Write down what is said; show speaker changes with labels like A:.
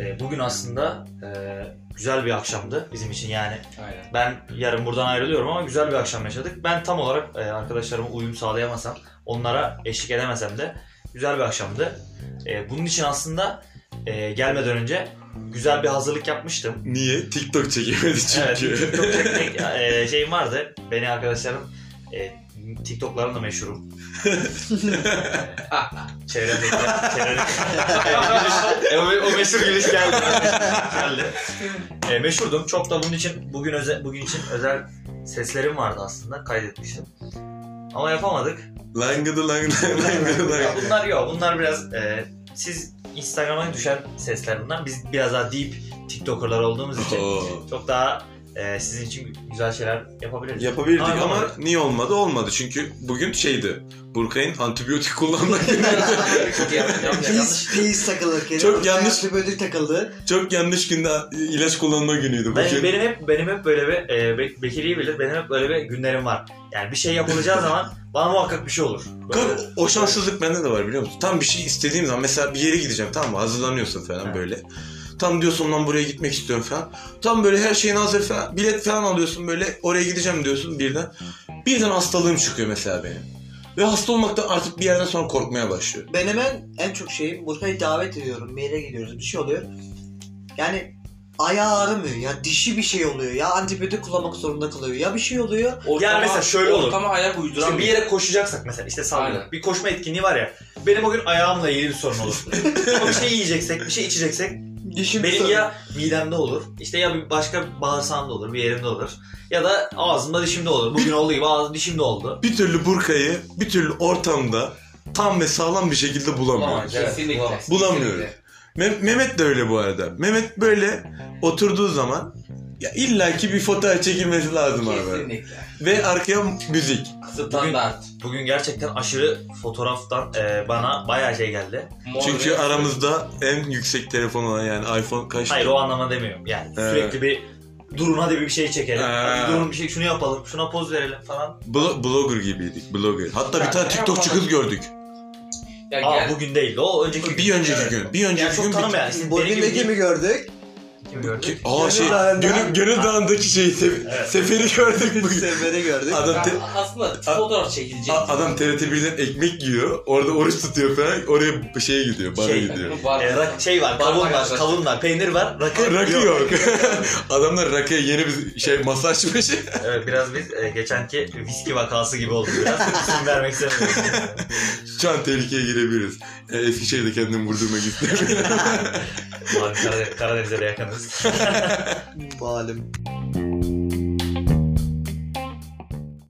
A: Ee, bugün aslında e, güzel bir akşamdı bizim için yani.
B: Aynen.
A: Ben yarın buradan ayrılıyorum ama güzel bir akşam yaşadık. Ben tam olarak e, arkadaşlarıma uyum sağlayamasam, onlara eşlik edemesem de güzel bir akşamdı. E, bunun için aslında e, gelmeden önce güzel bir hazırlık yapmıştım.
C: Niye? TikTok çekemedi
A: Evet,
C: çünkü.
A: TikTok çekmek e, şeyim vardı. Beni arkadaşlarım e, TikTok'larımla meşhurum. Çevremdekiler. çevremdekiler. E, o, o meşhur gülüş geldi. geldi. E, meşhurdum. Çok da bunun için bugün özel, bugün için özel seslerim vardı aslında. Kaydetmiştim. Ama yapamadık.
C: langıdı langıdı langıdı
A: Ya
C: langıdı.
A: bunlar yok. Bunlar biraz e, siz Instagram'a düşen sesler bunlar. Biz biraz daha deep TikToker'lar olduğumuz için
C: Oo.
A: çok daha e, sizin için güzel şeyler yapabiliriz.
C: Yapabilirdik
A: Abi
C: ama
A: olmadı.
C: niye olmadı? Olmadı çünkü bugün şeydi. Burkay'ın antibiyotik kullanmak
A: Çok yanlış- yanlış-
B: Peace,
A: yanlış.
B: peace takıldı.
C: Çok yanlış.
B: Ödül takıldı.
C: çok yanlış günde ilaç kullanma günüydü bugün.
A: Ben, benim hep benim hep böyle bir e, Be- Bekir iyi bilir. Benim hep böyle bir günlerim var. Yani bir şey yapılacağı zaman bana muhakkak bir şey olur. Böyle.
C: Kanka, o şanssızlık bende de var biliyor musun? Tam bir şey istediğim zaman mesela bir yere gideceğim tamam mı? Hazırlanıyorsun falan
A: Evet.
C: böyle. Tam diyorsun lan buraya gitmek istiyorum falan. Tam böyle her şeyin hazır falan. Bilet falan alıyorsun böyle oraya gideceğim diyorsun birden. Birden hastalığım çıkıyor mesela benim. Ve hasta olmaktan artık bir yerden sonra korkmaya başlıyor.
B: Ben hemen en çok şeyim Burkay'ı davet ediyorum. Maile gidiyoruz. Bir şey oluyor. Yani ayağı ağrımıyor ya dişi bir şey oluyor ya antibiyotik kullanmak zorunda kalıyor ya bir şey oluyor
A: Yani mesela şöyle olur.
D: Ortama ayak uyduran şey
A: İşte bir yere koşacaksak mesela işte sallıyorum.
D: Aynen.
A: Bir koşma etkinliği var ya. Benim o gün ayağımla ilgili bir sorun olur. Ama bir şey yiyeceksek, bir şey içeceksek
B: dişim
A: benim
B: sorun.
A: ya midemde olur. işte ya bir başka bir bağırsağımda olur, bir yerimde olur. Ya da ağzımda dişimde olur. Bugün olduğu gibi ağzım dişimde oldu.
C: Bir türlü burkayı bir türlü ortamda tam ve sağlam bir şekilde bulamıyorum.
D: Bulamayız, kesinlikle.
A: Bulamaz.
C: Bulamıyorum.
D: Kesinlikle.
C: Me- Mehmet de öyle bu arada. Mehmet böyle oturduğu zaman ya illaki bir fotoğraf çekilmesi lazım abi.
D: Kesinlikle.
C: Ve arkaya müzik.
D: Standart.
A: Bugün gerçekten aşırı fotoğraftan e, bana bayağı şey geldi.
D: Mor
C: Çünkü
D: ve-
C: aramızda en yüksek telefon olan yani iPhone kaçtı?
A: Hayır o anlama demiyorum. Yani
C: Ee.
A: sürekli bir durun hadi bir şey çekelim.
C: Ee.
A: Hadi durun bir şey şunu yapalım. Şuna poz verelim falan.
C: Blo- blogger gibiydik. Blogger. Hatta bir tane
D: Ben-
C: TikTokçu kız gördük.
D: Ya
A: Aa
D: gel-
A: bugün değildi. O önceki gün.
C: Bir önceki
A: Evet.
C: gün. Bir
A: Yani
C: önceki
A: çok
C: gün. bir-
A: tanımayan. işte
B: Bugün
A: benim
B: de
A: gibi-
B: kimi gördük?
A: Kim gördü?
C: Aa şey,
B: Gönül Dağı'nda-
C: Gönül, Gönül Dağı'ndaki şey, se-
A: Evet.
C: seferi gördük bugün.
B: Sevmeri gördük.
C: Adam, te-
D: Ya aslında fotoğraf çekilecek.
C: a- adam TRT1'den ekmek yiyor. Orada oruç tutuyor falan. Oraya şeye gidiyor, bara
A: Şey-
C: gidiyor.
D: Var.
A: E, rak- şey var,
D: Bardak
A: kavun var,
D: var.
A: kavun var, peynir var, rakı,
C: Rakı
A: yok.
C: yok. Adamlar rakıya yeni bir şey masa açmış.
A: Evet, biraz biz e, geçenki viski vakası gibi oldu biraz. İsim vermek istemiyorum.
C: Şu an tehlikeye girebiliriz. Ee, Eskişehir'de kendimi vurdurmak istemiyorum.
A: Ulan Karadeniz- Karadeniz'e de yakınız.
B: Malum.